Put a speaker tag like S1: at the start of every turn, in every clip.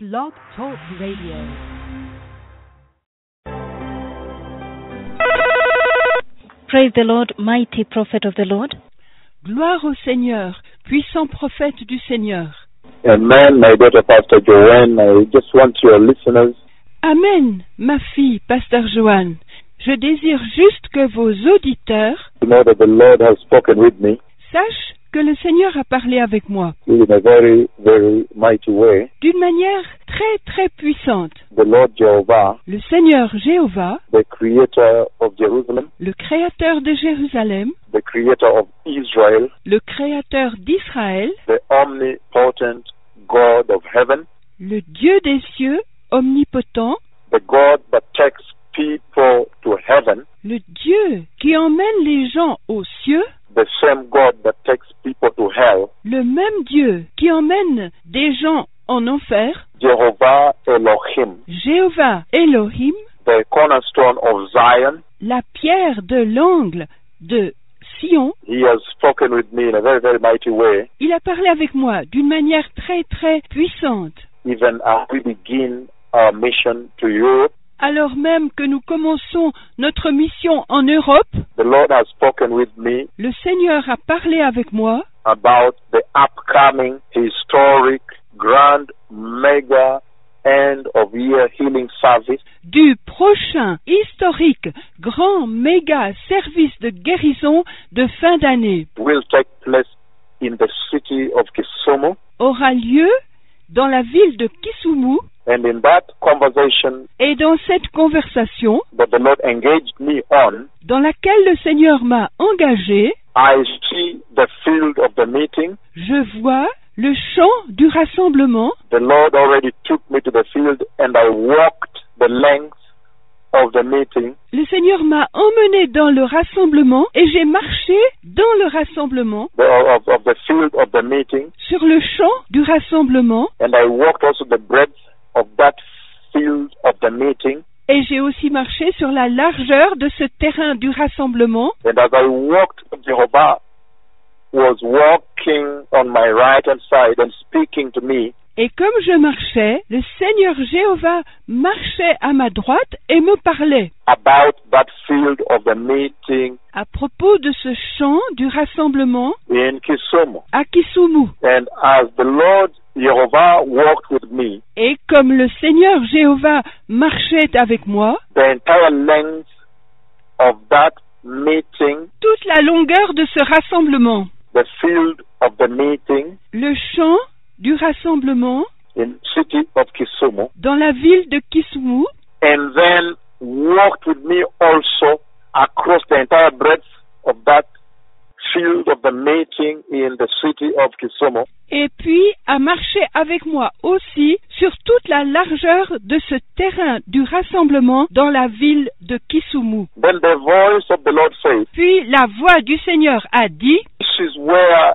S1: Blog Talk Radio.
S2: Praise the Lord, mighty prophet of the Lord.
S1: Gloire au Seigneur, puissant prophète du Seigneur.
S3: Amen, my daughter Pastor Joanne. I just want your listeners
S1: Amen, ma fille, Pasteur Joanne. Je désire juste que vos auditeurs
S3: to know that the Lord has spoken with me
S1: sachent que le Seigneur a parlé avec moi
S3: in a very, very mighty way.
S1: d'une manière très très puissante.
S3: The Lord Jehovah,
S1: Le Seigneur Jéhovah,
S3: the creator of Jerusalem,
S1: le Créateur de Jérusalem,
S3: the creator of Israel,
S1: le Créateur d'Israël,
S3: the omnipotent God of heaven,
S1: le Dieu des cieux, omnipotent,
S3: the God that takes people to heaven,
S1: le Dieu qui emmène les gens aux cieux,
S3: the same God that takes people to hell,
S1: le même Dieu qui emmène des gens en enfer,
S3: Jehovah Elohim,
S1: Jéhovah Elohim,
S3: the cornerstone of Zion.
S1: la pierre de l'angle de Sion,
S3: He has spoken with me in a very, very mighty way.
S1: il a parlé avec moi d'une manière très très puissante.
S3: Even as we begin our mission to Europe,
S1: Alors même que nous commençons notre mission en Europe,
S3: the Lord has spoken with me
S1: le Seigneur a parlé avec moi
S3: about the upcoming historic grand mega end of year healing service
S1: du prochain historique grand méga service de guérison de fin d'année.
S3: will take place in the city of Kisumu.
S1: aura lieu dans la ville de Kisumu
S3: And in that conversation
S1: et dans cette conversation
S3: that the Lord engaged me on,
S1: dans laquelle le Seigneur m'a engagé,
S3: I see the field of the meeting.
S1: je vois le champ du rassemblement.
S3: The Lord already took me to the field and I walked the length of the meeting.
S1: Le Seigneur m'a emmené dans le rassemblement et j'ai marché dans le rassemblement,
S3: the, of, of the field of the meeting,
S1: sur le champ du rassemblement,
S3: and I walked also the breadth of that field of the meeting.
S1: et j'ai aussi marché sur la largeur de ce terrain du rassemblement.
S3: And as I walked, Jehovah was walking on my right hand side and speaking to me.
S1: Et comme je marchais, le Seigneur Jéhovah marchait à ma droite et me parlait.
S3: About that field of the meeting
S1: à propos de ce chant du rassemblement
S3: in Kisumu.
S1: à Kisumu.
S3: And as the Lord Jehovah walked with me,
S1: Et comme le Seigneur Jéhovah marchait avec moi,
S3: the entire length of that meeting,
S1: toute la longueur de ce rassemblement,
S3: the field of the meeting
S1: le chant du rassemblement
S3: in city of Kisumu,
S1: dans la ville de Kisumu,
S3: and then walked with me also across the entire breadth of that field of the meeting in the city of Kisumu.
S1: et puis a marché avec moi aussi sur toute la largeur de ce terrain du rassemblement dans la ville de Kisumu.
S3: Then the voice of the Lord said,
S1: Puis la voix du Seigneur a dit,
S3: This is where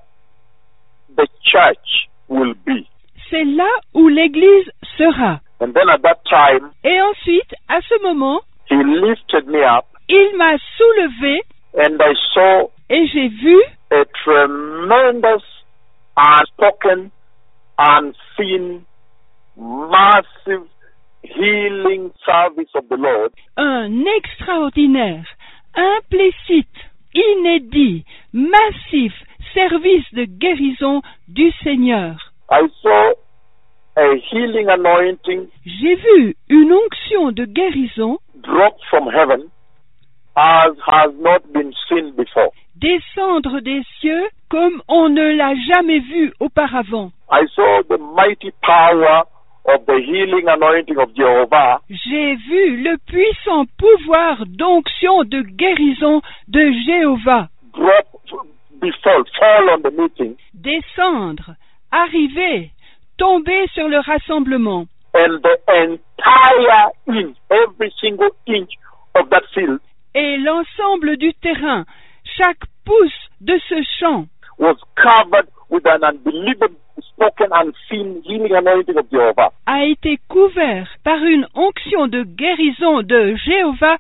S3: the church will be.
S1: c'est là où l'Église sera.
S3: And then at that time,
S1: Et ensuite, à ce moment,
S3: he lifted me up
S1: Il m'a soulevé
S3: and I saw
S1: et j'ai vu
S3: a tremendous, unspoken, unseen, massive healing service of the Lord.
S1: un extraordinaire, implicite, inédit, massif service de guérison du Seigneur.
S3: I saw a healing anointing
S1: J'ai vu une onction de guérison
S3: drop from heaven as has not been seen before.
S1: descendre des cieux comme on ne l'a jamais vu auparavant.
S3: I saw the mighty power of the healing anointing of Jehovah
S1: J'ai vu le puissant pouvoir d'onction de guérison de Jéhovah
S3: drop before, fall on the meeting,
S1: descendre, arriver, tomber sur le rassemblement.
S3: and the entire inch, every single inch of that field
S1: et l'ensemble du terrain, chaque pouce de ce champ
S3: was covered with an unbelievable spoken unseen healing anointing of Jehovah.
S1: a été couvert par une onction de guérison de Jéhovah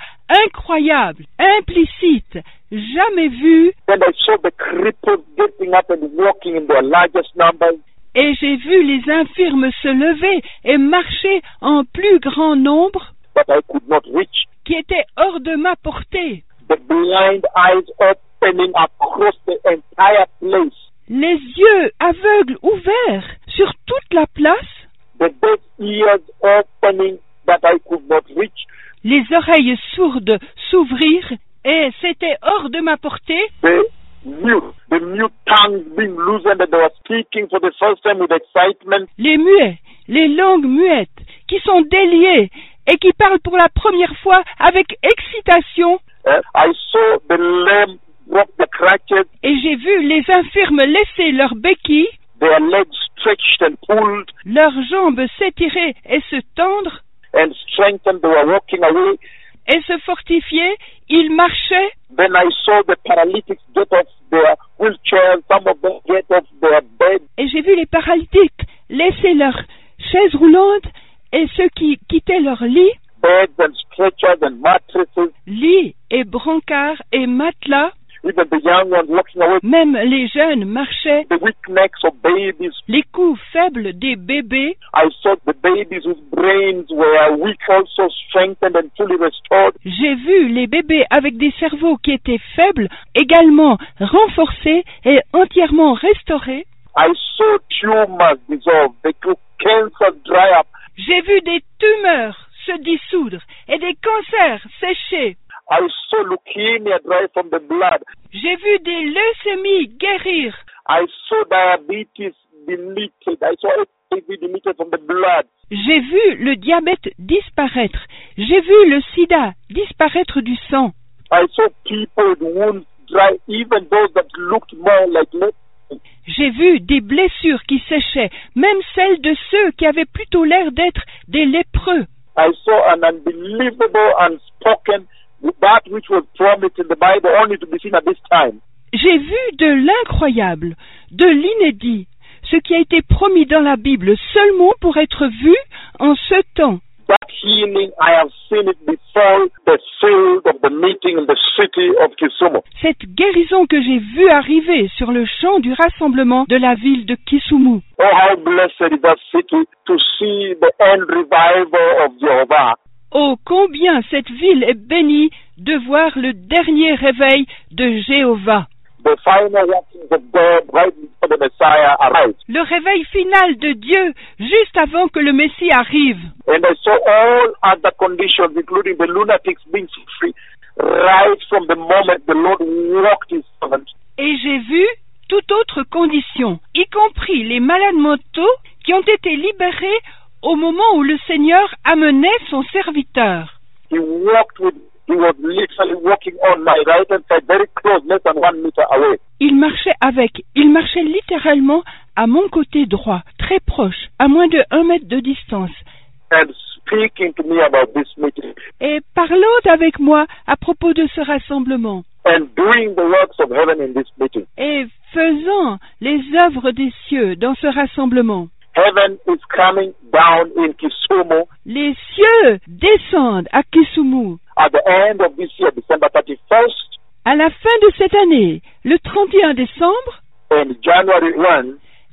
S1: incroyable, implicite, jamais vue,
S3: And I saw the cripples getting up and walking in their largest numbers
S1: et j'ai vu les infirmes se lever et marcher en plus grand nombre
S3: that I could not reach.
S1: qui étaient hors de ma portée.
S3: The blind eyes opening across the entire place.
S1: Les yeux aveugles ouverts sur toute la place,
S3: The deaf ears opening that I could not reach.
S1: les oreilles sourdes s'ouvrirent et c'était hors de ma portée.
S3: The mute, the mute tongues being loosened that they were speaking for the first time with excitement.
S1: Les muets, les langues muettes qui sont déliées et qui parlent pour la première fois avec excitation
S3: Eh, I saw the lame walk the crutches,
S1: et j'ai vu les infirmes laisser leurs béquilles,
S3: their legs stretched and pulled
S1: leurs jambes s'étirer et se tendre
S3: and strengthened. They were walking away.
S1: et se fortifier, ils marchaient,
S3: Then I saw the paralytics get off their wheelchair, some of them get off their bed,
S1: et j'ai vu les paralytiques laisser leurs chaises roulantes et ceux qui quittaient leur lit,
S3: beds and stretchers and mattresses,
S1: lit et brancards et matelas,
S3: even the young ones walking away,
S1: même les jeunes marchaient,
S3: the weak necks of babies.
S1: les coups faibles des bébés,
S3: I saw the babies whose brains were weak also strengthened and fully restored.
S1: j'ai vu les bébés avec des cerveaux qui étaient faibles également renforcés et entièrement restaurés,
S3: I saw tumors dissolve. They took cancer dry up.
S1: j'ai vu des tumeurs se dissoudre et des cancers séchés.
S3: I saw leukemia dry from the blood.
S1: J'ai vu des leucémies guérir.
S3: I saw diabetes deleted. I saw HIV deleted from the blood.
S1: J'ai vu le diabète disparaître. J'ai vu le sida disparaître du sang.
S3: I saw people with wounds dry, even those that looked more like leprosy.
S1: J'ai vu des blessures qui séchaient, même celles de ceux qui avaient plutôt l'air d'être des lépreux.
S3: I saw an unbelievable, unspoken, that which was promised in the Bible only to be seen at this time.
S1: J'ai vu de l'incroyable, de l'inédit, ce qui a été promis dans la Bible seulement pour être vu en ce temps.
S3: That healing, I have seen it before the field of the meeting in the city of Kisumu.
S1: Cette guérison que j'ai vue arriver sur le champ du rassemblement de la ville de Kisumu.
S3: Oh, how blessed is that city to see the end revival of Jehovah.
S1: Oh, combien cette ville est bénie de voir le dernier réveil de Jéhovah,
S3: The final workings of God right before the Messiah arrives.
S1: le réveil final de Dieu juste avant que le Messie arrive.
S3: And I saw all other conditions, including the lunatics being set free, right from the moment the Lord walked his servant.
S1: Et j'ai vu toute autre condition, y compris les malades mentaux qui ont été libérés au moment où le Seigneur amenait son serviteur.
S3: He walked with, he was literally walking on my right hand side, very close, less than one meter away.
S1: Il marchait avec, il marchait littéralement à mon côté droit, très proche, à moins de un mètre de distance,
S3: And speaking to me about this meeting
S1: et parlant avec moi à propos de ce rassemblement.
S3: and doing the works of heaven in this meeting.
S1: et faisant les œuvres des cieux dans ce rassemblement.
S3: Heaven is coming down in Kisumu
S1: Les cieux descendent à Kisumu
S3: at the end of this year, December 31st
S1: à la fin de cette année, le 31 décembre
S3: and January 1,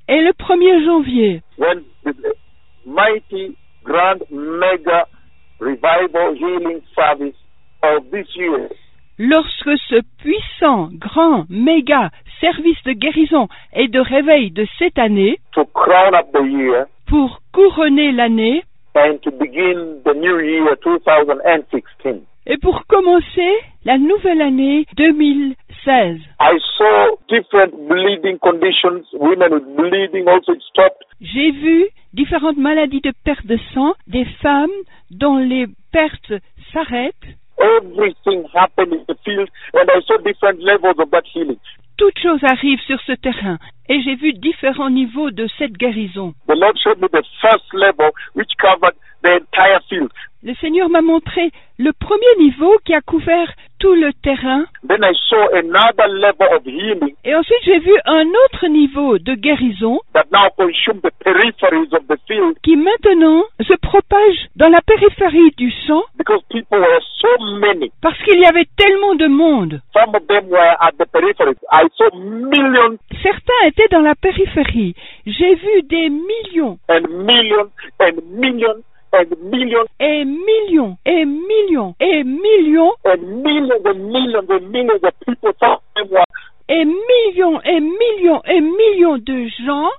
S1: et le 1er janvier,
S3: when the mighty, grand, mega revival healing service of this year
S1: lorsque ce puissant, grand, méga service de guérison et de réveil de cette année,
S3: to crown up the year
S1: pour couronner l'année
S3: and to begin the new year 2016.
S1: et pour commencer la nouvelle année 2016.
S3: I saw different bleeding conditions, women with bleeding also it stopped.
S1: J'ai vu différentes maladies de perte de sang, des femmes dont les pertes s'arrêtent.
S3: Everything happened in the field, and I saw different levels of that healing.
S1: Toutes choses arrivent sur ce terrain et j'ai vu différents niveaux de cette guérison.
S3: The Lord showed me the first level, which covered the entire field.
S1: Le Seigneur m'a montré le premier niveau qui a couvert tout le terrain.
S3: Then I saw another level of healing
S1: Et ensuite, j'ai vu un autre niveau de guérison
S3: that now consumed the peripheries of the field
S1: qui maintenant se propage dans la périphérie du champ
S3: because people were so many.
S1: parce qu'il y avait tellement de monde.
S3: Some of them were at the periphery. I saw millions
S1: Certains étaient dans la périphérie. J'ai vu des millions
S3: and millions and millions and millions
S1: et millions et millions et millions
S3: and millions and millions and millions of people. Some of them were
S1: et millions et millions et millions de gens,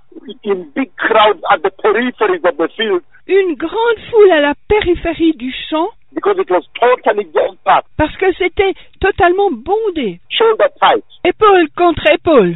S3: in big crowds at the peripheries of the field
S1: une grande foule à la périphérie du champ
S3: because it was totally jam packed,
S1: parce que c'était totalement bondé,
S3: shoulder tight.
S1: épaule contre épaule.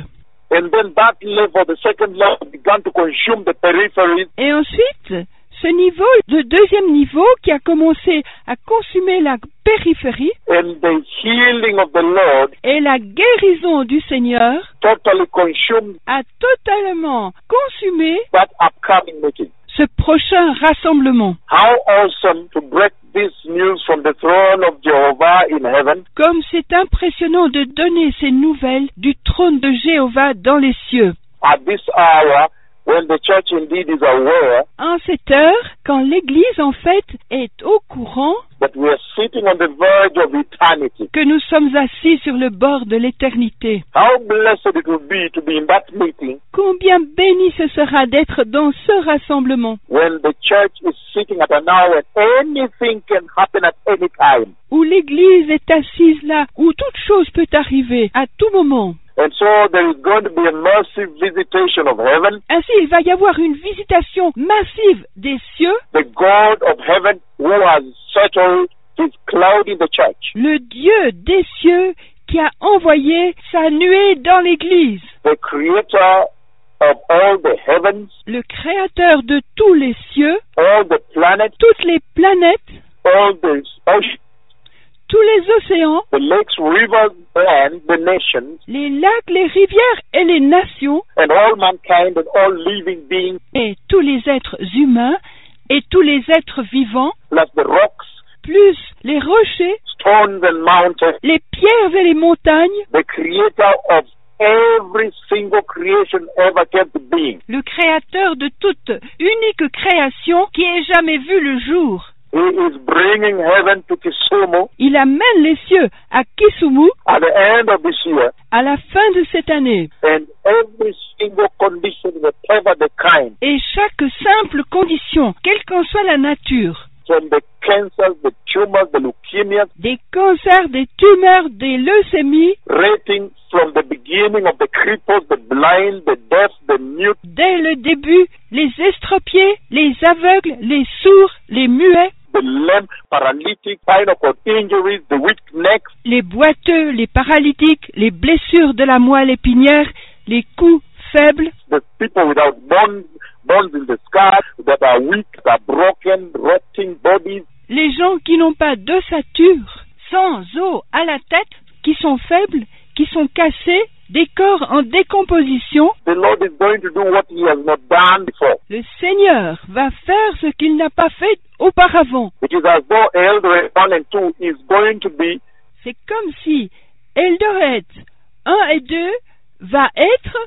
S3: And then that level, the second level, began to consume the peripheries.
S1: Et ensuite, ce niveau, le deuxième niveau qui a commencé à consumer la périphérie
S3: And the healing of the Lord
S1: et la guérison du Seigneur
S3: totally consumed
S1: a totalement consumé
S3: that upcoming meeting.
S1: ce prochain rassemblement.
S3: How awesome to break this news from the throne of Jehovah in heaven
S1: Comme c'est impressionnant de donner ces nouvelles du trône de Jéhovah dans les cieux.
S3: at this hour when the church indeed is aware
S1: En cette heure, quand l'Église en fait est au courant
S3: that we are sitting on the verge of eternity.
S1: que nous sommes assis sur le bord de l'éternité.
S3: How blessed it will be to be in that meeting
S1: Combien béni ce sera d'être dans ce rassemblement
S3: when the church is sitting at an hour and anything can happen at any time.
S1: où l'Église est assise là, où toute chose peut arriver à tout moment.
S3: And so there is going to be a massive visitation of heaven.
S1: Ainsi, il va y avoir une visitation massive des cieux.
S3: The God of heaven who has settled his cloud in the church.
S1: Le Dieu des cieux qui a envoyé sa nuée dans l'Église.
S3: The creator of all the heavens,
S1: Le Créateur de tous les cieux,
S3: all the planets,
S1: toutes les planètes,
S3: all the oceans,
S1: tous les océans,
S3: the lakes, rivers, and the nations,
S1: les lacs, les rivières et les nations,
S3: and all mankind and all living beings,
S1: et tous les êtres humains, et tous les êtres vivants,
S3: plus the rocks,
S1: plus les rochers,
S3: stones, and mountains.
S1: les pierres et les montagnes,
S3: the creator of every single creation ever came to being.
S1: le créateur de toute unique création qui ait jamais vu le jour.
S3: He is bringing heaven to Kisumu
S1: Il amène les cieux à Kisumu
S3: at the end of this year,
S1: à la fin de cette année.
S3: and every single condition, whatever the kind,
S1: Et chaque simple condition, quelle qu'en soit la nature,
S3: from the cancers, the tumors, the leukemias,
S1: des cancers, des tumeurs, des leucémies,
S3: rating from the beginning of the cripples, the blind, the deaf, the mute,
S1: dès le début, les estropiés, les aveugles, les sourds, les muets,
S3: the lame, paralytic, spinal cord injuries, the weak necks,
S1: les boiteux, les paralytiques, les blessures de la moelle épinière, les coups faibles,
S3: the people without bones, bones in the sky, that are weak, that are broken, rotting bodies,
S1: les gens qui n'ont pas d'ossature, sans os à la tête, qui sont faibles, qui sont cassés, des corps en décomposition,
S3: The Lord is going to do what He has not done before.
S1: le Seigneur va faire ce qu'il n'a pas fait auparavant.
S3: It is as though Eldoret 1 and 2 is going to be
S1: C'est comme si Eldoret 1 et 2 va être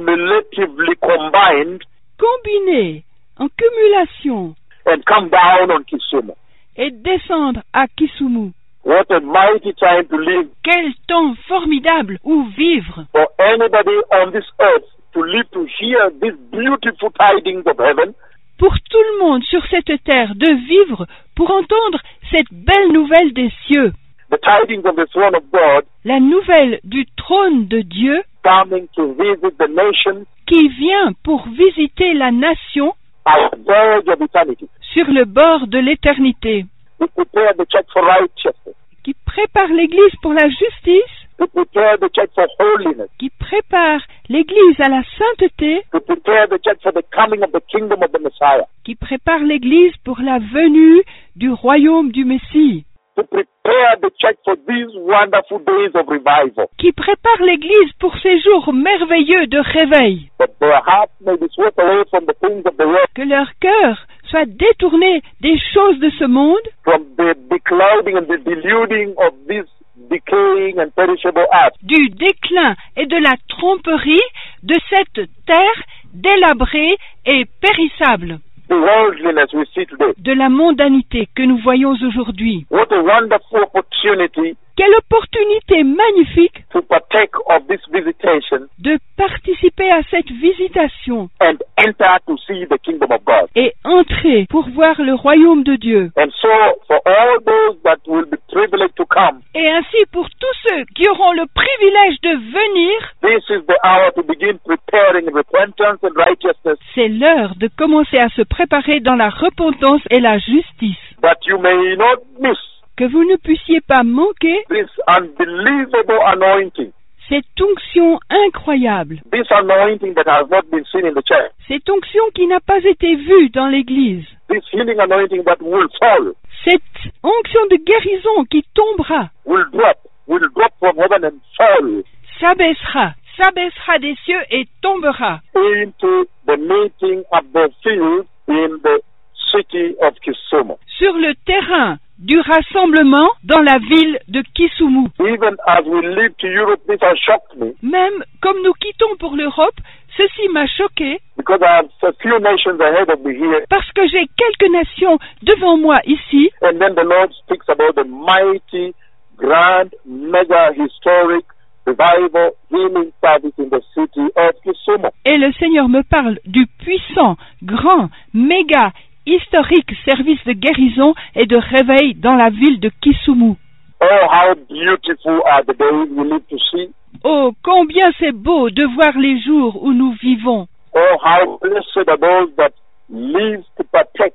S3: cumulatively combined
S1: combiné en cumulation
S3: and come down on Kisumu.
S1: et descendre à Kisumu.
S3: What a mighty time to live
S1: Quel temps formidable où vivre
S3: for anybody on this earth to live to hear these beautiful tidings of heaven
S1: pour tout le monde sur cette terre de vivre pour entendre cette belle nouvelle des cieux,
S3: the tidings of the throne of God
S1: la nouvelle du trône de Dieu
S3: coming to visit the nations
S1: qui vient pour visiter la nation
S3: at the verge of eternity,
S1: sur le bord de l'éternité,
S3: to prepare the church for righteousness,
S1: qui prépare l'Église pour la justice,
S3: to prepare the church for holiness,
S1: qui prépare l'Église à la sainteté,
S3: to prepare the church for the coming of the kingdom of the Messiah.
S1: qui prépare l'Église pour la venue du royaume du Messie,
S3: to prepare the church for these wonderful days of revival,
S1: qui prépare l'Église pour ces jours merveilleux de réveil,
S3: that their heart may be swept away from the things of the world,
S1: que leur cœur soit détourné des choses de ce monde
S3: from the beclouding and the deluding of these decaying and perishable earth.
S1: du déclin et de la tromperie de cette terre délabrée et périssable,
S3: The worldliness we see today.
S1: de la mondanité que nous voyons aujourd'hui.
S3: What a wonderful opportunity
S1: Quelle opportunité magnifique
S3: to partake of this visitation
S1: de participer à cette visitation
S3: and enter to see the kingdom of God.
S1: et entrer pour voir le royaume de Dieu.
S3: And so, for all those that will be privileged to come,
S1: Et ainsi pour tous ceux qui auront le privilège de venir,
S3: this is the hour to begin preparing repentance and righteousness
S1: c'est l'heure de commencer à se préparer dans la repentance et la justice.
S3: that you may not miss
S1: Que vous ne puissiez pas manquer
S3: this unbelievable anointing,
S1: cette onction incroyable,
S3: this anointing that has not been seen in the church,
S1: cette onction qui n'a pas été vue dans l'Église,
S3: this healing anointing that will fall,
S1: cette onction de guérison qui tombera,
S3: will drop, will drop from heaven and fall
S1: s'abaissera, s'abaissera des cieux et tombera
S3: into the meeting at the field in the city of Kisumu.
S1: sur le terrain du rassemblement dans la ville de Kisumu.
S3: Even as we leave to Europe, this has shocked me
S1: Même comme nous quittons pour l'Europe, ceci m'a choqué
S3: because I have a few nations ahead of me here
S1: parce que j'ai quelques nations devant moi ici
S3: And then the Lord speaks about the mighty, grand, mega historic revival healing service in the city of Kisumu.
S1: et le Seigneur me parle du puissant, grand, méga, historique service de guérison et de réveil dans la ville de Kisumu.
S3: Oh, how beautiful are the days we live to see.
S1: Oh, combien c'est beau de voir les jours où nous vivons.
S3: Oh, how blessed are those that live to partake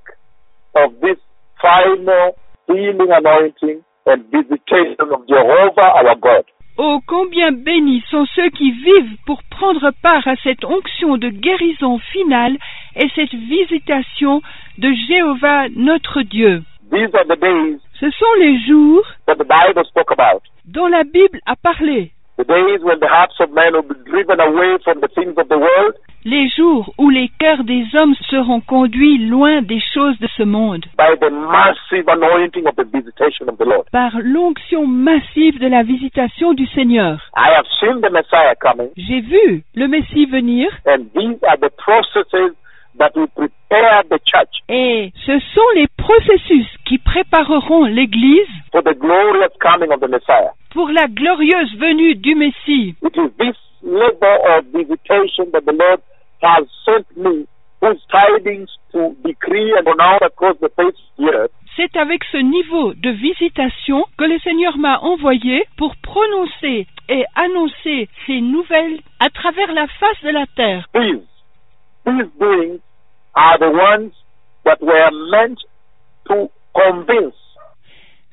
S3: of this final healing anointing and visitation of Jehovah our God.
S1: Oh, combien bénis sont ceux qui vivent pour prendre part à cette onction de guérison finale et cette visitation de Jéhovah notre Dieu.
S3: These are the days
S1: Ce sont les jours
S3: that the Bible spoke about.
S1: dont la Bible a parlé,
S3: The days when the hearts of men will be driven away from the things of the world
S1: les jours où les cœurs des hommes seront conduits loin des choses de ce monde
S3: by the massive anointing of the visitation of the Lord.
S1: par l'onction massive de la visitation du Seigneur.
S3: I have seen the Messiah coming,
S1: J'ai vu le Messie venir
S3: and these are the processes that will prepare the church
S1: Et ce sont les processus qui prépareront l'Église
S3: for the glorious coming of the Messiah.
S1: pour la glorieuse venue du Messie.
S3: It is this labor of visitation that the Lord has sent me, whose tidings to decree and pronounce across the face of the earth,
S1: C'est avec ce niveau de visitation que le Seigneur m'a envoyé pour prononcer et annoncer ces nouvelles à travers la face de la terre.
S3: These, these doings are the ones that were meant to convince,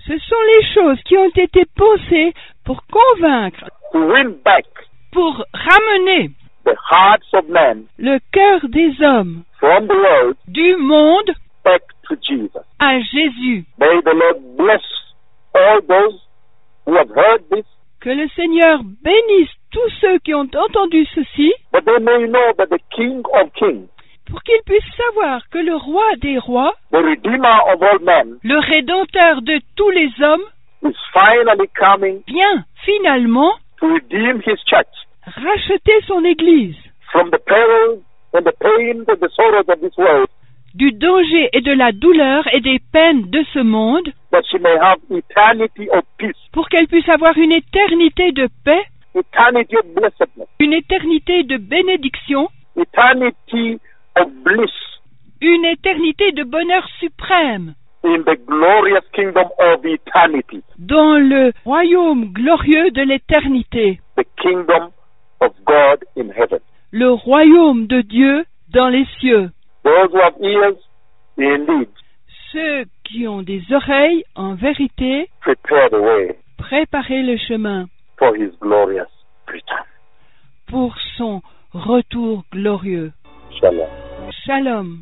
S1: Ce sont les choses qui ont été pensées pour convaincre,
S3: to win back
S1: pour ramener
S3: the hearts of men
S1: le cœur des hommes
S3: from the world
S1: du monde
S3: back to Jesus.
S1: à Jésus.
S3: May the Lord bless all those who have heard this,
S1: Que le Seigneur bénisse tous ceux qui ont entendu ceci
S3: that they may know that the King of Kings,
S1: pour qu'ils puissent savoir que le roi des rois,
S3: the Redeemer of all men,
S1: le rédempteur de tous les hommes,
S3: is finally coming
S1: vient finalement
S3: to redeem his church
S1: racheter son Église
S3: from the perils and the pains and the sorrows of this world,
S1: du danger et de la douleur et des peines de ce monde,
S3: that she may have eternity of peace,
S1: pour qu'elle puisse avoir une éternité de paix,
S3: eternity of blessedness,
S1: une éternité de bénédiction,
S3: eternity of bliss
S1: une éternité de bonheur suprême
S3: in the glorious kingdom of eternity,
S1: dans le royaume glorieux de l'éternité,
S3: the kingdom of God in heaven.
S1: le royaume de Dieu dans les cieux.
S3: Those who have ears, indeed,
S1: Ceux qui ont des oreilles, en vérité,
S3: prepare the way.
S1: préparer le chemin
S3: for his glorious return.
S1: pour son retour glorieux.
S3: Shalom.
S1: Shalom.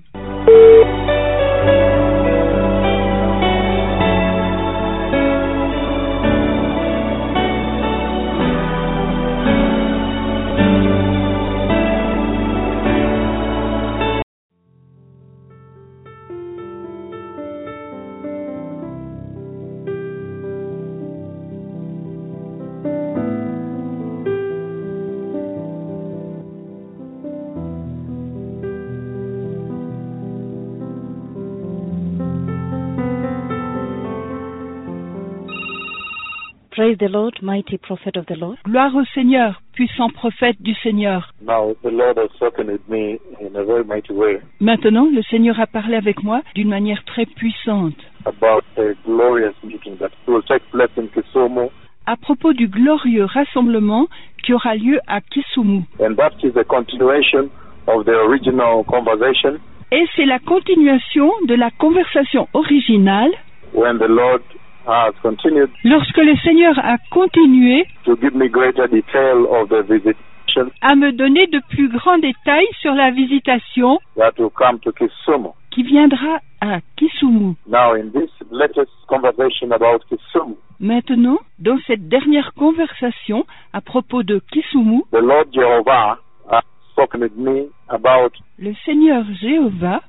S2: Praise the Lord, mighty prophet of the Lord.
S1: Gloire au Seigneur, puissant prophète du Seigneur.
S3: Now the Lord has spoken with me in a very mighty way
S1: Maintenant, le Seigneur a parlé avec moi d'une manière très puissante
S3: about a glorious meeting that will take place in Kisumu,
S1: à propos du glorieux rassemblement qui aura lieu à Kisumu.
S3: and that is a continuation of the original conversation
S1: Et c'est la continuation de la conversation originale
S3: when the Lord has continued
S1: lorsque le Seigneur a continué
S3: to give me greater detail of the visitation
S1: à me donner de plus grands détails sur la visitation
S3: that will come to Kisumu.
S1: qui viendra à Kisumu.
S3: Now, in this latest conversation about Kisumu,
S1: Maintenant, dans cette dernière conversation à propos de Kisumu,
S3: the Lord Jehovah has spoken with me about
S1: le Seigneur Jéhovah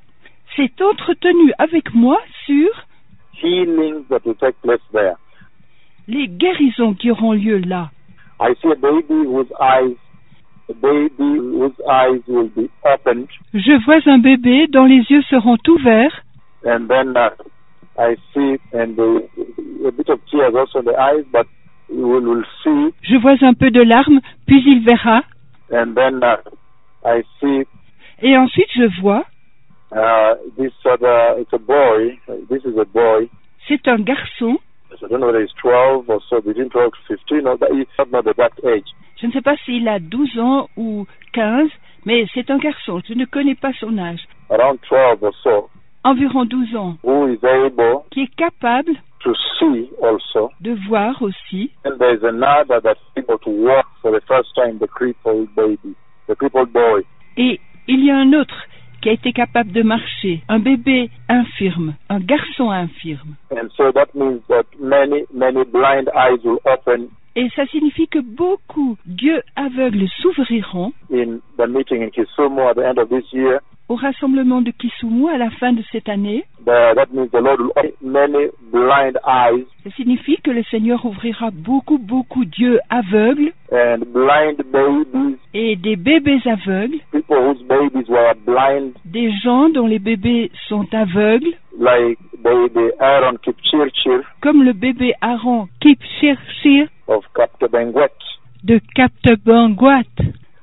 S1: s'est entretenu avec moi sur
S3: healings that will take place there.
S1: les guérisons qui auront lieu là.
S3: I see a baby whose eyes, a baby whose eyes will be opened,
S1: Je vois un bébé dont les yeux seront ouverts
S3: and then uh, I see, and the, a bit of tears also in the eyes, but we will will see,
S1: Je vois un peu de larmes, puis il verra.
S3: and then uh, I see
S1: Et ensuite je vois,
S3: uh, this other, it's a boy, this is a boy,
S1: c'est un garçon,
S3: so I don't know whether he's 12 or so, between 12 to 15, or that, he's not the exact age.
S1: je ne sais pas s'il a 12 ans ou 15, mais c'est un garçon, je ne connais pas son âge,
S3: around 12 or so,
S1: environ 12 ans,
S3: who is able
S1: qui est capable
S3: to see also.
S1: de voir aussi.
S3: And there's another that's able to walk for the first time, the crippled baby, the crippled boy.
S1: Et il y a un autre qui a été capable de marcher, un bébé infirme, un garçon infirme.
S3: And so that means that many, many blind eyes will open
S1: Et ça signifie que beaucoup d'yeux aveugles s'ouvriront
S3: in the meeting in Kisumu at the end of this year.
S1: au rassemblement de Kisumu à la fin de cette année.
S3: The, that means the Lord will open many blind eyes
S1: Ça signifie que le Seigneur ouvrira beaucoup, beaucoup d'yeux aveugles
S3: and blind babies,
S1: et des bébés aveugles,
S3: people whose babies were blind,
S1: des gens dont les bébés sont aveugles,
S3: like the, the Aaron Kipchirchir
S1: comme le bébé Aaron Kipchirchir
S3: of Kaptebenguet,
S1: de Captebanguat,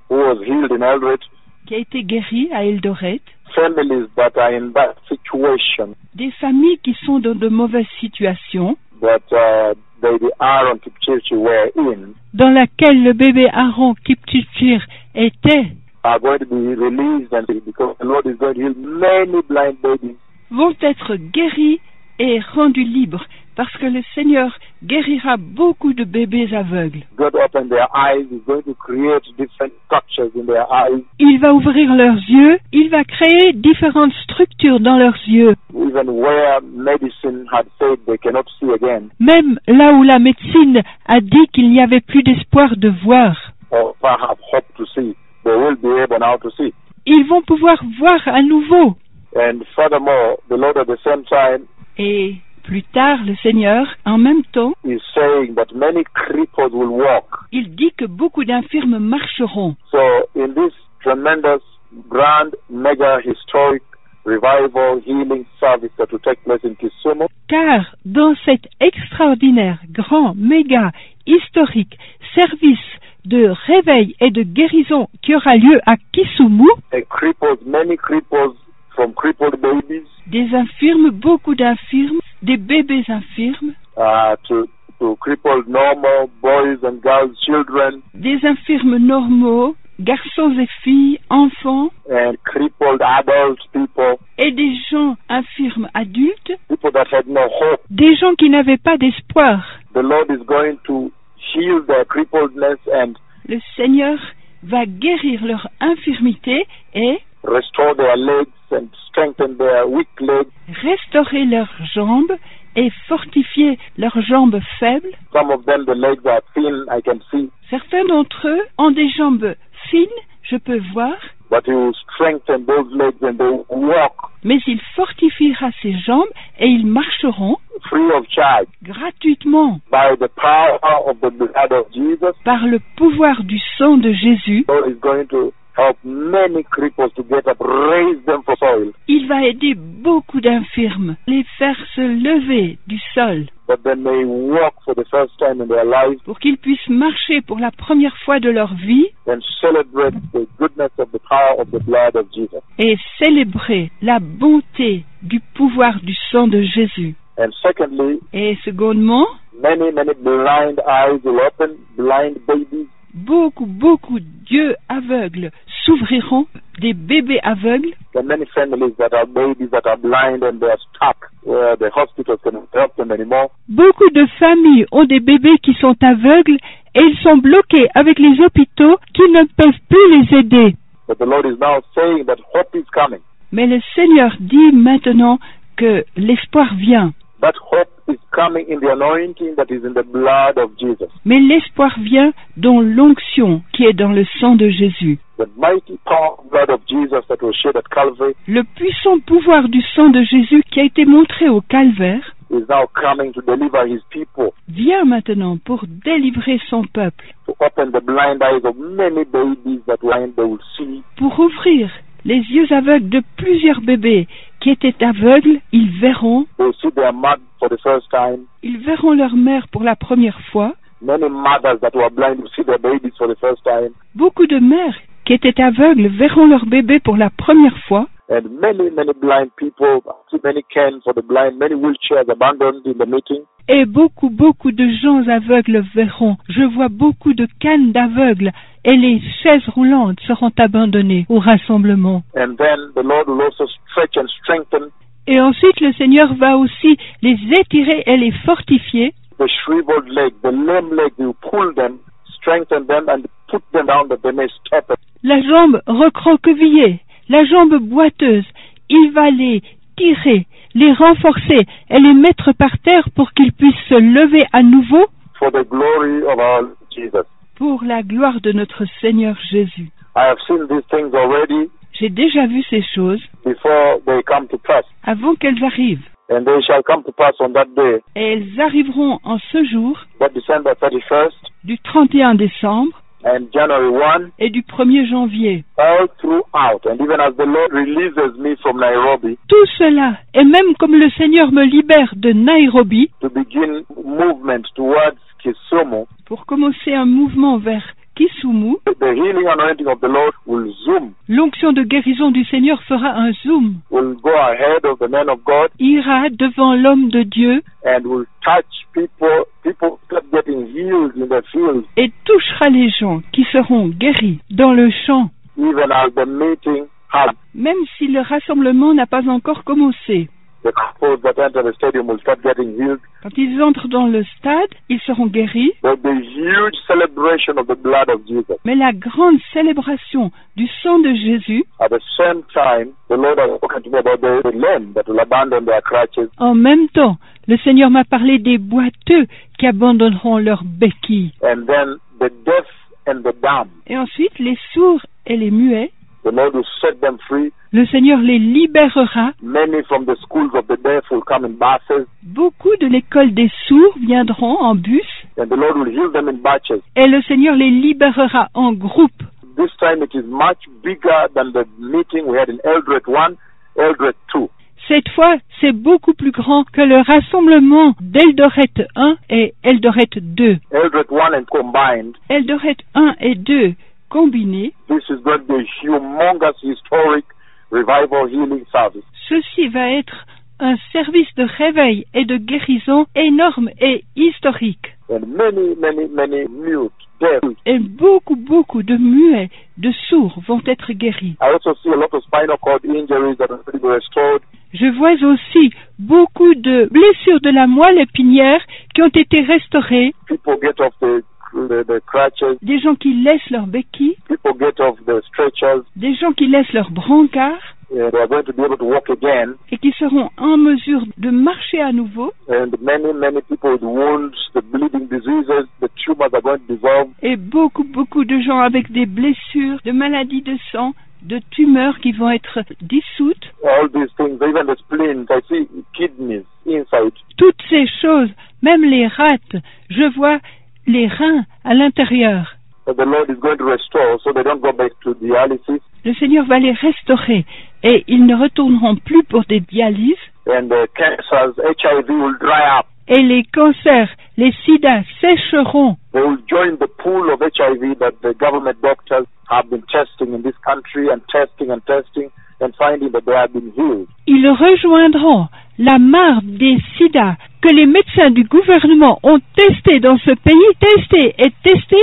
S3: who was healed in Eldred.
S1: qui a été guéri à Eldoret,
S3: families that are in that situation
S1: des familles qui sont dans de mauvaises situations,
S3: that uh, they the Aaron Kipchirchir were in
S1: dans laquelle le bébé Aaron Kipchirchir était,
S3: are going to be released and because the Lord is going to heal many blind babies
S1: vont être guéris et rendus libres, parce que le Seigneur guérira beaucoup de bébés aveugles.
S3: God open their eyes is going to create different structures in their eyes
S1: Il va ouvrir leurs yeux, il va créer différentes structures dans leurs yeux,
S3: even where medicine had said they cannot see again
S1: même là où la médecine a dit qu'il n'y avait plus d'espoir de voir.
S3: or perhaps hope to see they will be able now to see
S1: Ils vont pouvoir voir à nouveau.
S3: and furthermore the Lord at the same time
S1: Et plus tard, le Seigneur, en même temps,
S3: is saying that many cripples will walk
S1: il dit que beaucoup d'infirmes marcheront.
S3: So, in this tremendous, grand, mega historic revival healing service that will take place in Kisumu,
S1: Car dans cet extraordinaire, grand, méga, historique service de réveil et de guérison qui aura lieu à Kisumu,
S3: a cripples, many cripples from crippled babies
S1: des infirmes, beaucoup d'infirmes, des bébés infirmes,
S3: uh, to, to crippled normal boys and girls, children,
S1: des infirmes normaux, garçons et filles, enfants,
S3: and crippled adult people,
S1: et des gens infirmes adultes,
S3: people that had no hope.
S1: des gens qui n'avaient pas d'espoir.
S3: The Lord is going to heal their crippledness and
S1: Le Seigneur va guérir leur infirmité et
S3: restore their legs and strengthen their weak legs.
S1: restaurer leurs jambes et fortifier leurs jambes faibles.
S3: Some of them, the legs are thin, I can see.
S1: Certains d'entre eux ont des jambes fines, je peux voir,
S3: but he will strengthen those legs and they will walk
S1: mais il fortifiera ces jambes et ils marcheront
S3: free of charge
S1: gratuitement
S3: by the power of the blood of Jesus.
S1: par le pouvoir du sang de Jésus.
S3: God is going to help many cripples to get up, raise them for soil.
S1: Il va aider beaucoup d'infirmes, les faire se lever du sol
S3: But then they walk for the first time in their lives
S1: pour qu'ils puissent marcher pour la première fois de leur vie
S3: and celebrate the goodness of the power of the blood of Jesus
S1: et célébrer la bonté du pouvoir du sang de Jésus.
S3: and secondly
S1: Et secondement,
S3: many many blind eyes will open blind babies
S1: beaucoup, beaucoup d'yeux aveugles s'ouvriront, des bébés aveugles,
S3: and many families that are babies that are blind and they are stuck where the hospitals cannot help them anymore
S1: Beaucoup de familles ont des bébés qui sont aveugles et ils sont bloqués avec les hôpitaux qui ne peuvent plus les aider.
S3: but the lord is now saying that hope is coming
S1: Mais le Seigneur dit maintenant que l'espoir vient.
S3: that hope is coming in the anointing that is in the blood of jesus
S1: Mais l'espoir vient dans l'onction qui est dans le sang de Jésus.
S3: the mighty power of blood of jesus that was shed at calvary
S1: Le puissant pouvoir du sang de Jésus qui a été montré au calvaire
S3: is now coming to deliver his people
S1: vient maintenant pour délivrer son peuple,
S3: to open the blind eyes of many babies that when they will see
S1: pour ouvrir les yeux aveugles de plusieurs bébés qui étaient aveugles, ils verront,
S3: they will see their mother for the first time
S1: ils verront leur mère pour la première fois,
S3: many mothers that were blind will see their babies for the first time
S1: Beaucoup de mères qui étaient aveugles verront leur bébé pour la première fois.
S3: and many many blind people see many can for the blind many wheelchairs abandoned in the meeting
S1: Et beaucoup, beaucoup de gens aveugles verront. Je vois beaucoup de cannes d'aveugles et les chaises roulantes seront abandonnées au rassemblement.
S3: and then the lord will also stretch and strengthen
S1: Et ensuite, le Seigneur va aussi les étirer et les fortifier
S3: the shriveled leg the lame leg you pull them strengthen them and put them down that they may step
S1: la jambe recroquevillée, la jambe boiteuse, il va les tirer, les renforcer et les mettre par terre pour qu'ils puissent se lever à nouveau
S3: for the glory of our Lord jesus
S1: pour la gloire de notre Seigneur Jésus.
S3: i have seen these things already
S1: J'ai déjà vu ces choses
S3: before they come to pass
S1: avant qu'elles arrivent.
S3: and they shall come to pass on that day
S1: Et elles arriveront en ce jour
S3: that December 31st
S1: du 31 décembre
S3: and January 1,
S1: et du 1er janvier.
S3: all throughout. And even as the Lord releases me from Nairobi
S1: Tout cela, et même comme le Seigneur me libère de Nairobi
S3: to begin movement towards Kisumu,
S1: pour commencer un mouvement vers Kisumu,
S3: the healing anointing of the Lord will zoom,
S1: l'onction de guérison du Seigneur fera un zoom,
S3: will go ahead of the man of God
S1: ira devant l'homme de Dieu
S3: and will touch people. People start getting healed in the fields,
S1: et touchera les gens qui seront guéris dans le champ,
S3: even as the meeting has.
S1: même si le rassemblement n'a pas encore commencé.
S3: The couples that enter the stadium will start getting healed.
S1: Quand ils entrent dans le stade, ils seront guéris
S3: There'll be huge celebration of the blood of Jesus.
S1: Mais la grande célébration du sang de Jésus,
S3: At the same time, the Lord has spoken to me about the the lame that will abandon their crutches.
S1: en même temps, le Seigneur m'a parlé des boiteux qui abandonneront leurs béquilles.
S3: and then the deaf and the dumb.
S1: Et ensuite, les sourds et les muets,
S3: The Lord will set them free.
S1: le Seigneur les libérera.
S3: Many from the schools of the deaf will come in buses,
S1: Beaucoup de l'école des sourds viendront en bus
S3: and the Lord will heal them in batches.
S1: et le Seigneur les libérera en groupe.
S3: This time it is much bigger than the meeting we had in Eldred 1, Eldred 2.
S1: Cette fois, c'est beaucoup plus grand que le rassemblement d'Eldoret 1 et Eldoret 2.
S3: Eldred 1 and combined,
S1: Eldoret 1 et 2 combinés
S3: this is going to be a humongous historic revival healing service.
S1: Ceci va être un service de réveil et de guérison énorme et historique.
S3: And many, many, many mute, deaf.
S1: Et beaucoup, beaucoup de muets, de sourds vont être guéris.
S3: I also see a lot of spinal cord injuries that are going to be restored.
S1: Je vois aussi beaucoup de blessures de la moelle épinière qui ont été restaurées,
S3: People get off the, the, the crutches.
S1: des gens qui laissent leurs béquilles,
S3: People get off the stretchers.
S1: des gens qui laissent leurs brancards
S3: uh, they are going to be able to walk again,
S1: et qui seront en mesure de marcher à nouveau.
S3: and many, many people with wounds, the bleeding diseases, the tumors are going to dissolve.
S1: Et beaucoup, beaucoup de gens avec des blessures, de maladies de sang, de tumeurs qui vont être dissoutes.
S3: All these things, even the spleens, I see kidneys inside.
S1: toutes ces choses, même les rates, je vois les reins à l'intérieur.
S3: that the Lord is going to restore so they don't go back to dialysis
S1: Le Seigneur va les restaurer et ils ne retourneront plus pour des dialyses
S3: and uh, cancers, HIV will dry up.
S1: et les cancers, les sida sécheront.
S3: They will join the pool of HIV that the government doctors have been testing in this country and testing and testing and finding that they have been healed.
S1: Ils rejoindront la mare des sida que les médecins du gouvernement ont testé dans ce pays, testé et testé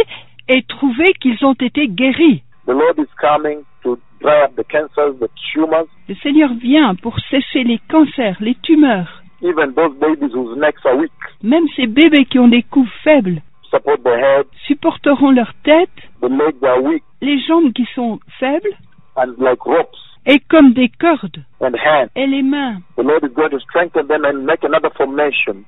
S1: et trouvé qu'ils ont été guéris.
S3: The Lord is coming to dry up the cancers, the tumors,
S1: Le Seigneur vient pour sécher les cancers, les tumeurs,
S3: even those babies whose necks are weak,
S1: même ces bébés qui ont des coups faibles
S3: support the head,
S1: supporteront leur tête,
S3: the legs are weak,
S1: les jambes qui sont faibles
S3: and like ropes
S1: et comme des cordes
S3: and hands.
S1: et les mains.
S3: The Lord is going to strengthen them and make another formation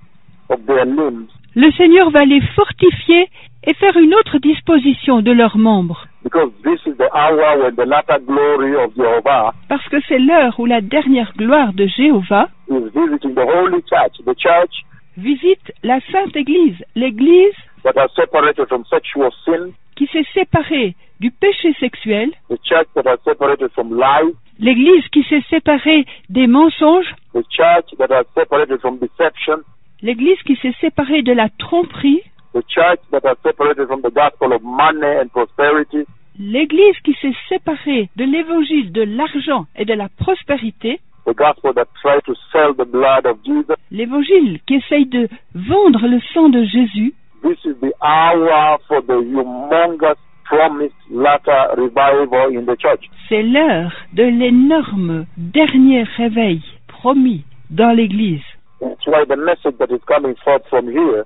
S3: of their limbs
S1: Le Seigneur va les fortifier et faire une autre disposition de leurs membres,
S3: because this is the hour when the latter glory of Jehovah
S1: parce que c'est l'heure où la dernière gloire de Jéhovah
S3: is visiting the holy church, the church
S1: visite la Sainte Église, l'Église
S3: that are separated from sexual sin,
S1: qui s'est séparée du péché sexuel,
S3: the church that are separated from lies,
S1: l'Église qui s'est séparée des mensonges,
S3: the church that are separated from deception,
S1: l'Église qui s'est séparée de la tromperie,
S3: the church that are separated from the gospel of money and prosperity,
S1: l'Église qui s'est séparée de l'évangile de l'argent et de la prospérité,
S3: the gospel that try to sell the blood of Jesus.
S1: l'évangile qui essaye de vendre le sang de Jésus,
S3: This is the hour for the humongous promised latter revival in the church.
S1: C'est l'heure de l'énorme dernier réveil promis dans l'Église.
S3: That's why the message that is coming forth from here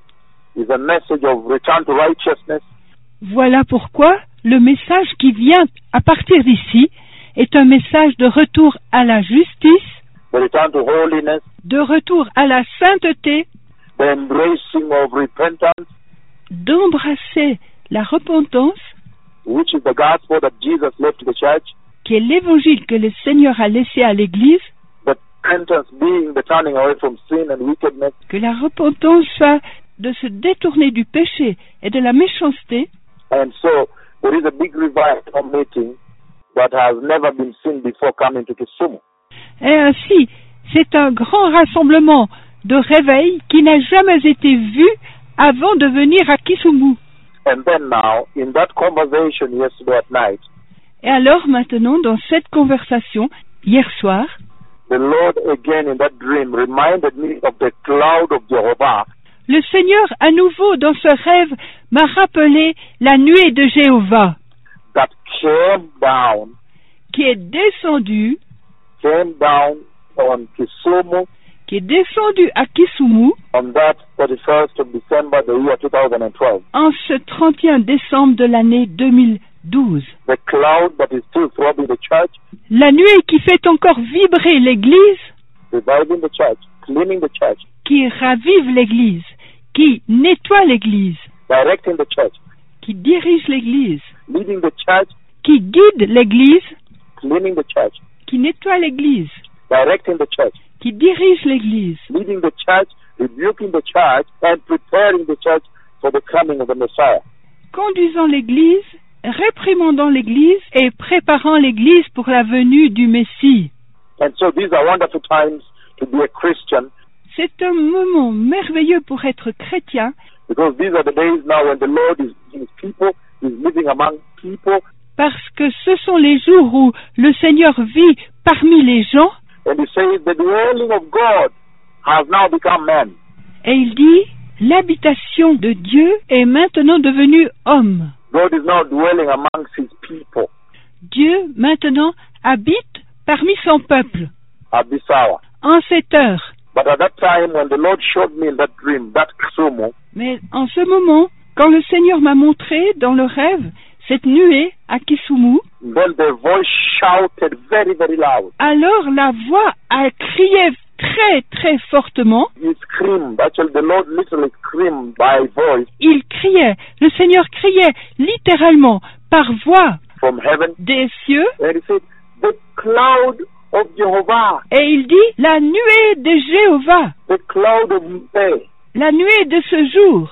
S3: is a message of return to righteousness,
S1: Voilà pourquoi le message qui vient à partir d'ici est un message de retour à la justice,
S3: the return to holiness,
S1: de retour à la sainteté,
S3: the embracing of repentance,
S1: d'embrasser la repentance,
S3: which is the gospel that Jesus left to the church,
S1: qui est l'évangile que le Seigneur a laissé à l'Église,
S3: but repentance being the turning away from sin and wickedness,
S1: que la repentance soit de se détourner du péché et de la méchanceté.
S3: and so there is a big revival meeting that has never been seen before coming to Kisumu.
S1: Et ainsi, c'est un grand rassemblement de réveil qui n'a jamais été vu avant de venir à Kisumu.
S3: And then now, in that conversation yesterday at night,
S1: Et alors maintenant, dans cette conversation, hier soir,
S3: the Lord again in that dream reminded me of the cloud of Jehovah
S1: le Seigneur à nouveau dans ce rêve m'a rappelé la nuée de Jéhovah
S3: that came down,
S1: qui est descendue,
S3: came down on Kisumu
S1: qui est descendue à Kisumu
S3: on that 31st of December, the year 2012.
S1: en ce 31 décembre de l'année 2012.
S3: The cloud that is still throbbing the church,
S1: La nuée qui fait encore vibrer l'Église
S3: reviving the church, cleaning the church,
S1: qui ravive l'Église, qui nettoie l'Église,
S3: directing the church,
S1: qui dirige l'Église,
S3: leading the church,
S1: qui guide l'Église,
S3: cleaning the church,
S1: qui nettoie l'Église,
S3: directing the church,
S1: qui dirige l'Église,
S3: leading the church, rebuking the church, and preparing the church for the coming of the Messiah.
S1: conduisant l'Église, réprimandant l'Église et préparant l'Église pour la venue du Messie.
S3: And so these are wonderful times to be a Christian
S1: C'est un moment merveilleux pour être chrétien,
S3: because these are the days now when the Lord is in his people, is living among people,
S1: parce que ce sont les jours où le Seigneur vit parmi les gens,
S3: and he says the dwelling of God has now become man.
S1: et il dit, l'habitation de Dieu est maintenant devenue homme.
S3: God is now dwelling amongst his people
S1: Dieu maintenant habite parmi son peuple
S3: at this hour.
S1: en cette heure.
S3: But at that time, when the Lord showed me in that dream, that Kisumu,
S1: Mais en ce moment, quand le Seigneur m'a montré dans le rêve cette nuée à Kisumu,
S3: then the voice shouted very, very loud.
S1: alors la voix a crié très très fortement.
S3: He screamed. Actually, the Lord literally screamed by voice
S1: Il criait, le Seigneur criait littéralement par voix
S3: from heaven.
S1: des cieux
S3: And he said, The cloud of Jehovah,
S1: et il dit la nuée de Jéhovah,
S3: the cloud of day,
S1: la nuée de ce jour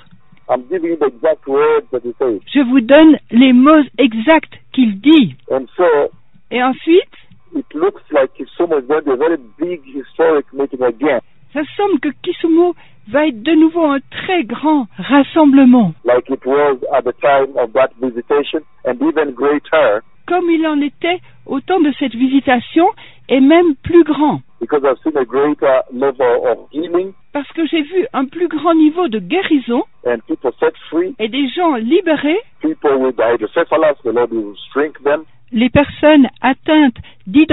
S3: I'm giving you the exact words that he says.
S1: Je vous donne les mots exacts qu'il dit.
S3: And so
S1: Et ensuite,
S3: it looks like Kisumu is going to be a very big historic meeting again,
S1: ça semble que Kisumu va être de nouveau un très grand rassemblement,
S3: like it was at the time of that visitation, and even greater,
S1: comme il en était au temps de cette visitation, et même plus grand,
S3: because I've seen a greater level of healing
S1: parce que j'ai vu un plus grand niveau de guérison
S3: and people set free,
S1: et des gens libérés,
S3: people with hydrocephalus, the Lord will shrink them,
S1: les personnes atteintes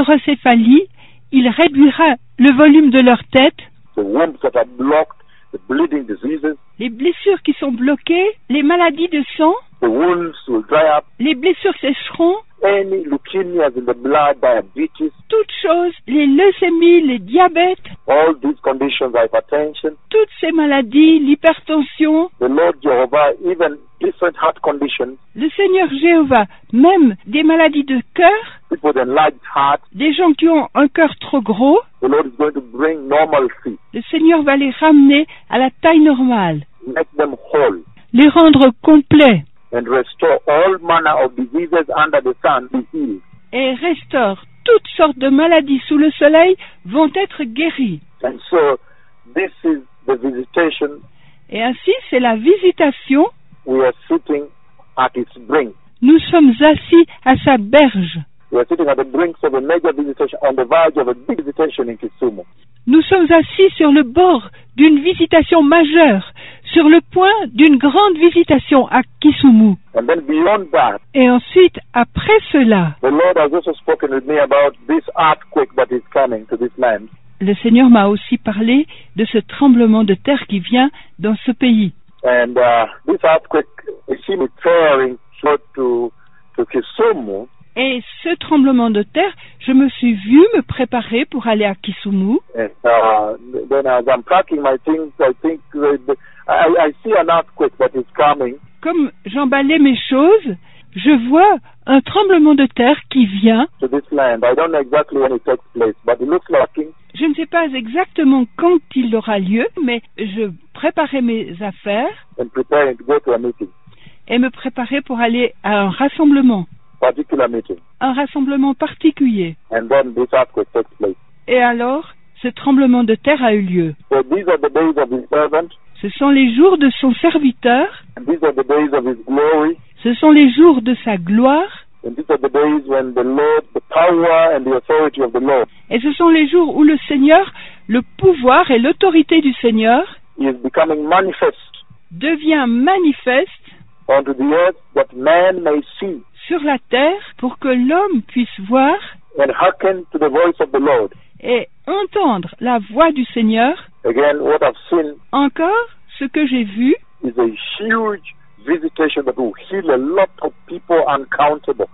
S1: d'hydrocéphalie, il réduira le volume de leur tête,
S3: the wombs that are blocked, the bleeding diseases,
S1: les blessures qui sont bloquées, les maladies de sang,
S3: the wounds will dry up,
S1: les blessures sécheront,
S3: any leukemias in the blood, diabetes,
S1: toutes choses, les leucémies, les diabètes,
S3: all these conditions, hypertension,
S1: toutes ces maladies, l'hypertension,
S3: the Lord Jehovah, even different heart conditions,
S1: le Seigneur Jéhovah, même des maladies de cœur,
S3: people with enlarged heart,
S1: des gens qui ont un cœur trop gros,
S3: the Lord is going to bring normalcy,
S1: le Seigneur va les ramener à la taille normale,
S3: make them whole,
S1: les rendre complets
S3: and restore all manner of diseases under the sun be healed.
S1: et restaure. Toutes sortes de maladies sous le soleil vont être guéries.
S3: And so this is the visitation.
S1: Et ainsi, c'est la visitation.
S3: We are sitting at its brink.
S1: Nous sommes assis à sa berge.
S3: We are sitting at the brink of a major visitation, on the verge of a big visitation in Kisumu.
S1: Nous sommes assis sur le bord d'une visitation majeure, sur le point d'une grande visitation à Kisumu.
S3: And then beyond that,
S1: Et ensuite, après cela,
S3: the Lord has also spoken with me about this earthquake that is coming to this land.
S1: le Seigneur m'a aussi parlé de ce tremblement de terre qui vient dans ce pays.
S3: And uh, this earthquake is seems tearing through to, to Kisumu.
S1: Et ce tremblement de terre, je me suis vu me préparer pour aller à Kisumu.
S3: And uh, then as I'm packing my things, I think that the- I, I see an earthquake that is coming.
S1: Comme j'emballais mes choses, je vois un tremblement de terre qui vient.
S3: to this land. I don't know exactly when it takes place, but it looks like it-
S1: Je ne sais pas exactement quand il aura lieu, mais je préparais mes affaires
S3: and preparing to go to a meeting,
S1: et me préparais pour aller à un rassemblement,
S3: particular meeting,
S1: un rassemblement particulier.
S3: and then this earthquake takes place.
S1: Et alors, ce tremblement de terre a eu lieu.
S3: So these are the days of his servant,
S1: Ce sont les jours de son serviteur,
S3: and these are the days of his glory,
S1: ce sont les jours de sa gloire,
S3: and these are the days when the Lord, the power and the authority of the Lord
S1: et ce sont les jours où le Seigneur, le pouvoir et l'autorité du Seigneur
S3: is becoming manifest
S1: devient manifeste
S3: onto the earth that man may see
S1: sur la terre pour que l'homme puisse voir
S3: and hearken to the voice of the Lord.
S1: et entendre la voix du Seigneur
S3: Again, what I've seen
S1: encore ce que j'ai vu,
S3: is a huge visitation that will heal a lot of people uncountable.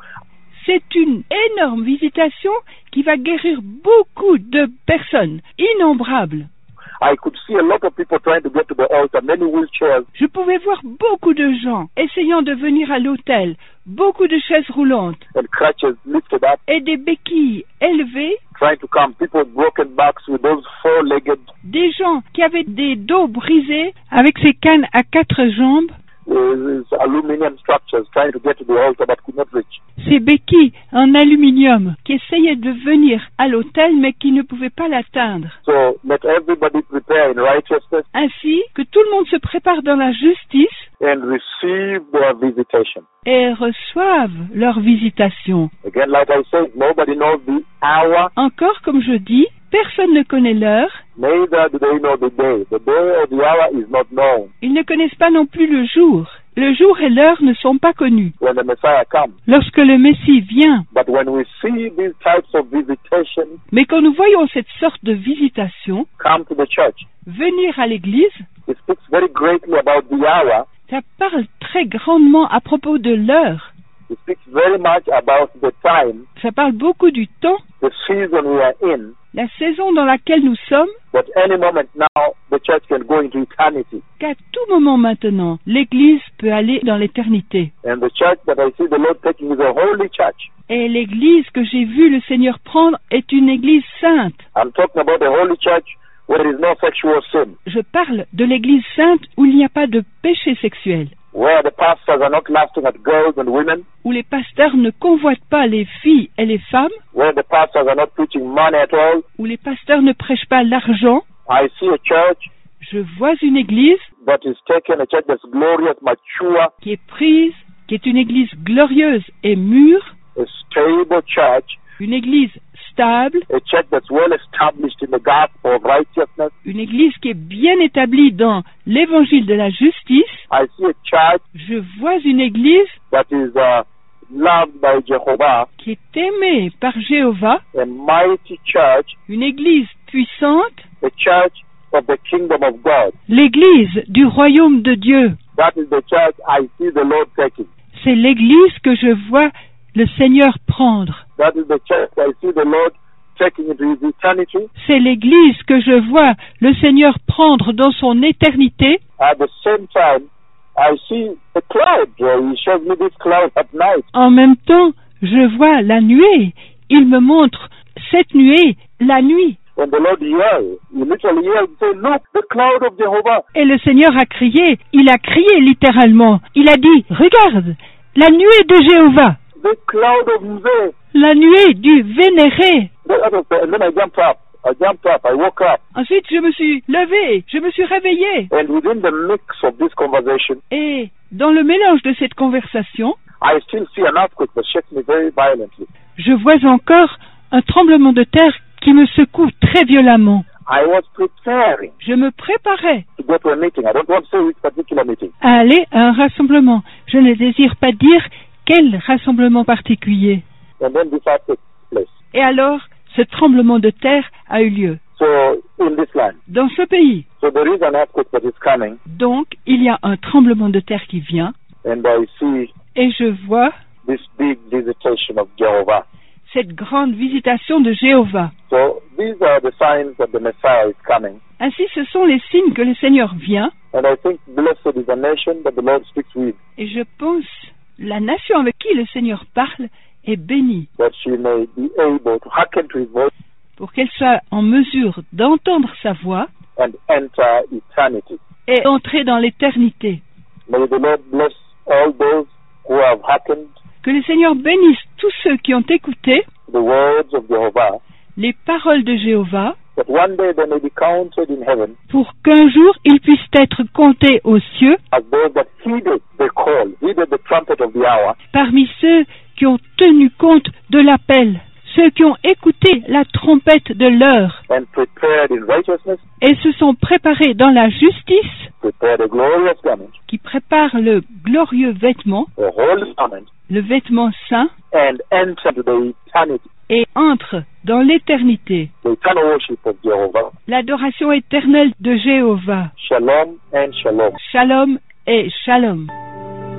S1: c'est une énorme visitation qui va guérir beaucoup de personnes, innombrables.
S3: I could see a lot of people trying to get to the altar, many wheelchairs,
S1: Je pouvais voir beaucoup de gens essayant de venir à l'hôtel, beaucoup de chaises roulantes
S3: and crutches lifted up,
S1: et des béquilles élevées,
S3: trying to come. People with broken backs with those four-legged
S1: des gens qui avaient des dos brisés avec ces cannes à quatre jambes,
S3: uh, aluminium structures, trying to get to the altar but could not reach.
S1: ces béquilles en aluminium qui essayaient de venir à l'hôtel mais qui ne pouvaient pas l'atteindre.
S3: So let everybody prepare in righteousness
S1: Ainsi que tout le monde se prépare dans la justice
S3: and receive their visitation.
S1: et reçoivent leur visitation.
S3: Again, like I said, nobody knows the hour,
S1: Encore comme je dis, personne ne connaît l'heure,
S3: neither do they know the day. The day or the hour is not known
S1: ils ne connaissent pas non plus le jour. Le jour et l'heure ne sont pas connus.
S3: when the Messiah comes.
S1: Lorsque le Messie vient,
S3: But when we see these types of visitation
S1: mais quand nous voyons cette sorte de visitation
S3: come to the church,
S1: venir à l'Église,
S3: it speaks very greatly about the hour
S1: ça parle très grandement à propos de l'heure.
S3: It speaks very much about the time,
S1: Ça parle beaucoup du temps,
S3: the season we are in,
S1: la saison dans laquelle nous sommes,
S3: that any moment now the church can go into eternity.
S1: qu'à tout moment maintenant, l'Église peut aller dans l'éternité.
S3: And the church that I see the Lord taking is a holy church.
S1: Et l'Église que j'ai vu le Seigneur prendre est une Église sainte.
S3: I'm talking about the holy church where there is no sexual sin,
S1: Je parle de l'Église sainte où il n'y a pas de péché sexuel,
S3: where the pastors are not lusting at girls and women,
S1: où les pasteurs ne convoitent pas les filles et les femmes,
S3: where the pastors are not preaching money at all.
S1: où les pasteurs ne prêchent pas l'argent.
S3: I see a church
S1: Je vois une Église
S3: that is taken, a church that's glorious, mature,
S1: qui est prise, qui est une Église glorieuse et mûre,
S3: a stable church,
S1: une Église stable,
S3: a church that's well established in the gospel of righteousness.
S1: une Église qui est bien établie dans l'évangile de la justice.
S3: I see a church
S1: Je vois une Église
S3: that is uh, loved by Jehovah,
S1: qui est aimée par Jéhovah,
S3: a mighty church,
S1: une Église puissante,
S3: a church of the kingdom of God.
S1: l'Église du royaume de Dieu.
S3: That is the church I see the Lord taking.
S1: C'est l'Église que je vois le Seigneur prendre.
S3: That is the church I see the Lord taking into his eternity.
S1: C'est l'Église que je vois le Seigneur prendre dans son éternité.
S3: At the same time, I see the cloud. Uh, He shows me this cloud at night.
S1: En même temps, je vois la nuée. Il me montre cette nuée, la nuit.
S3: When the Lord yelled, he literally yelled and said, Look, the cloud of Jehovah.
S1: Et le Seigneur a crié, il a crié littéralement. Il a dit, regarde, la nuée de Jéhovah,
S3: the cloud of Mzeh.
S1: la nuée du vénéré.
S3: That was the- And then I jumped up. I jumped up. I woke up.
S1: Ensuite, je me suis levée, je me suis réveillée.
S3: And within the mix of this conversation,
S1: Et dans le mélange de cette conversation,
S3: I still see an earthquake that shakes me very violently.
S1: je vois encore un tremblement de terre qui me secoue très violemment.
S3: I was preparing
S1: Je me préparais
S3: to go to a meeting. I don't want to say which particular meeting.
S1: à aller à un rassemblement. Je ne désire pas dire quel rassemblement particulier.
S3: And then this earthquake took place.
S1: Et alors, ce tremblement de terre a eu lieu
S3: So, in this land.
S1: dans ce pays.
S3: So, there is an earthquake that is coming,
S1: Donc, il y a un tremblement de terre qui vient
S3: and I see
S1: et je vois
S3: this big visitation of Jehovah.
S1: cette grande visitation de Jéhovah.
S3: So, these are the signs that the Messiah is coming.
S1: Ainsi, ce sont les signes que le Seigneur vient
S3: And I think blessed is the nation that the Lord speaks with,
S1: et je pense la nation avec qui le Seigneur parle est bénie
S3: that she may be able to hearken to his voice.
S1: pour qu'elle soit en mesure d'entendre sa voix
S3: and enter eternity.
S1: et entrer dans l'éternité.
S3: May the Lord bless all those who have hearkened
S1: Que le Seigneur bénisse tous ceux qui ont écouté
S3: the words of Jehovah,
S1: les paroles de Jéhovah
S3: that one day they may be counted in heaven
S1: pour qu'un jour ils puissent être comptés aux cieux
S3: as those that heeded the call, heeded the trumpet of the hour,
S1: parmi ceux qui ont tenu compte de l'appel, ceux qui ont écouté la trompette de l'heure
S3: and prepared in righteousness,
S1: et se sont préparés dans la justice
S3: prepared a glorious garment,
S1: qui prépare le glorieux vêtement,
S3: a holy garment,
S1: le vêtement saint,
S3: and entered the eternity,
S1: et entre dans l'éternité,
S3: the eternal worship of Jehovah.
S1: l'adoration éternelle de Jéhovah.
S3: Shalom and shalom.
S1: Shalom et shalom.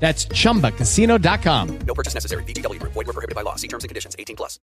S4: That's chumbacasino.com.
S5: No purchase necessary. VGW Group. Void were prohibited by law. See terms and conditions. 18 plus.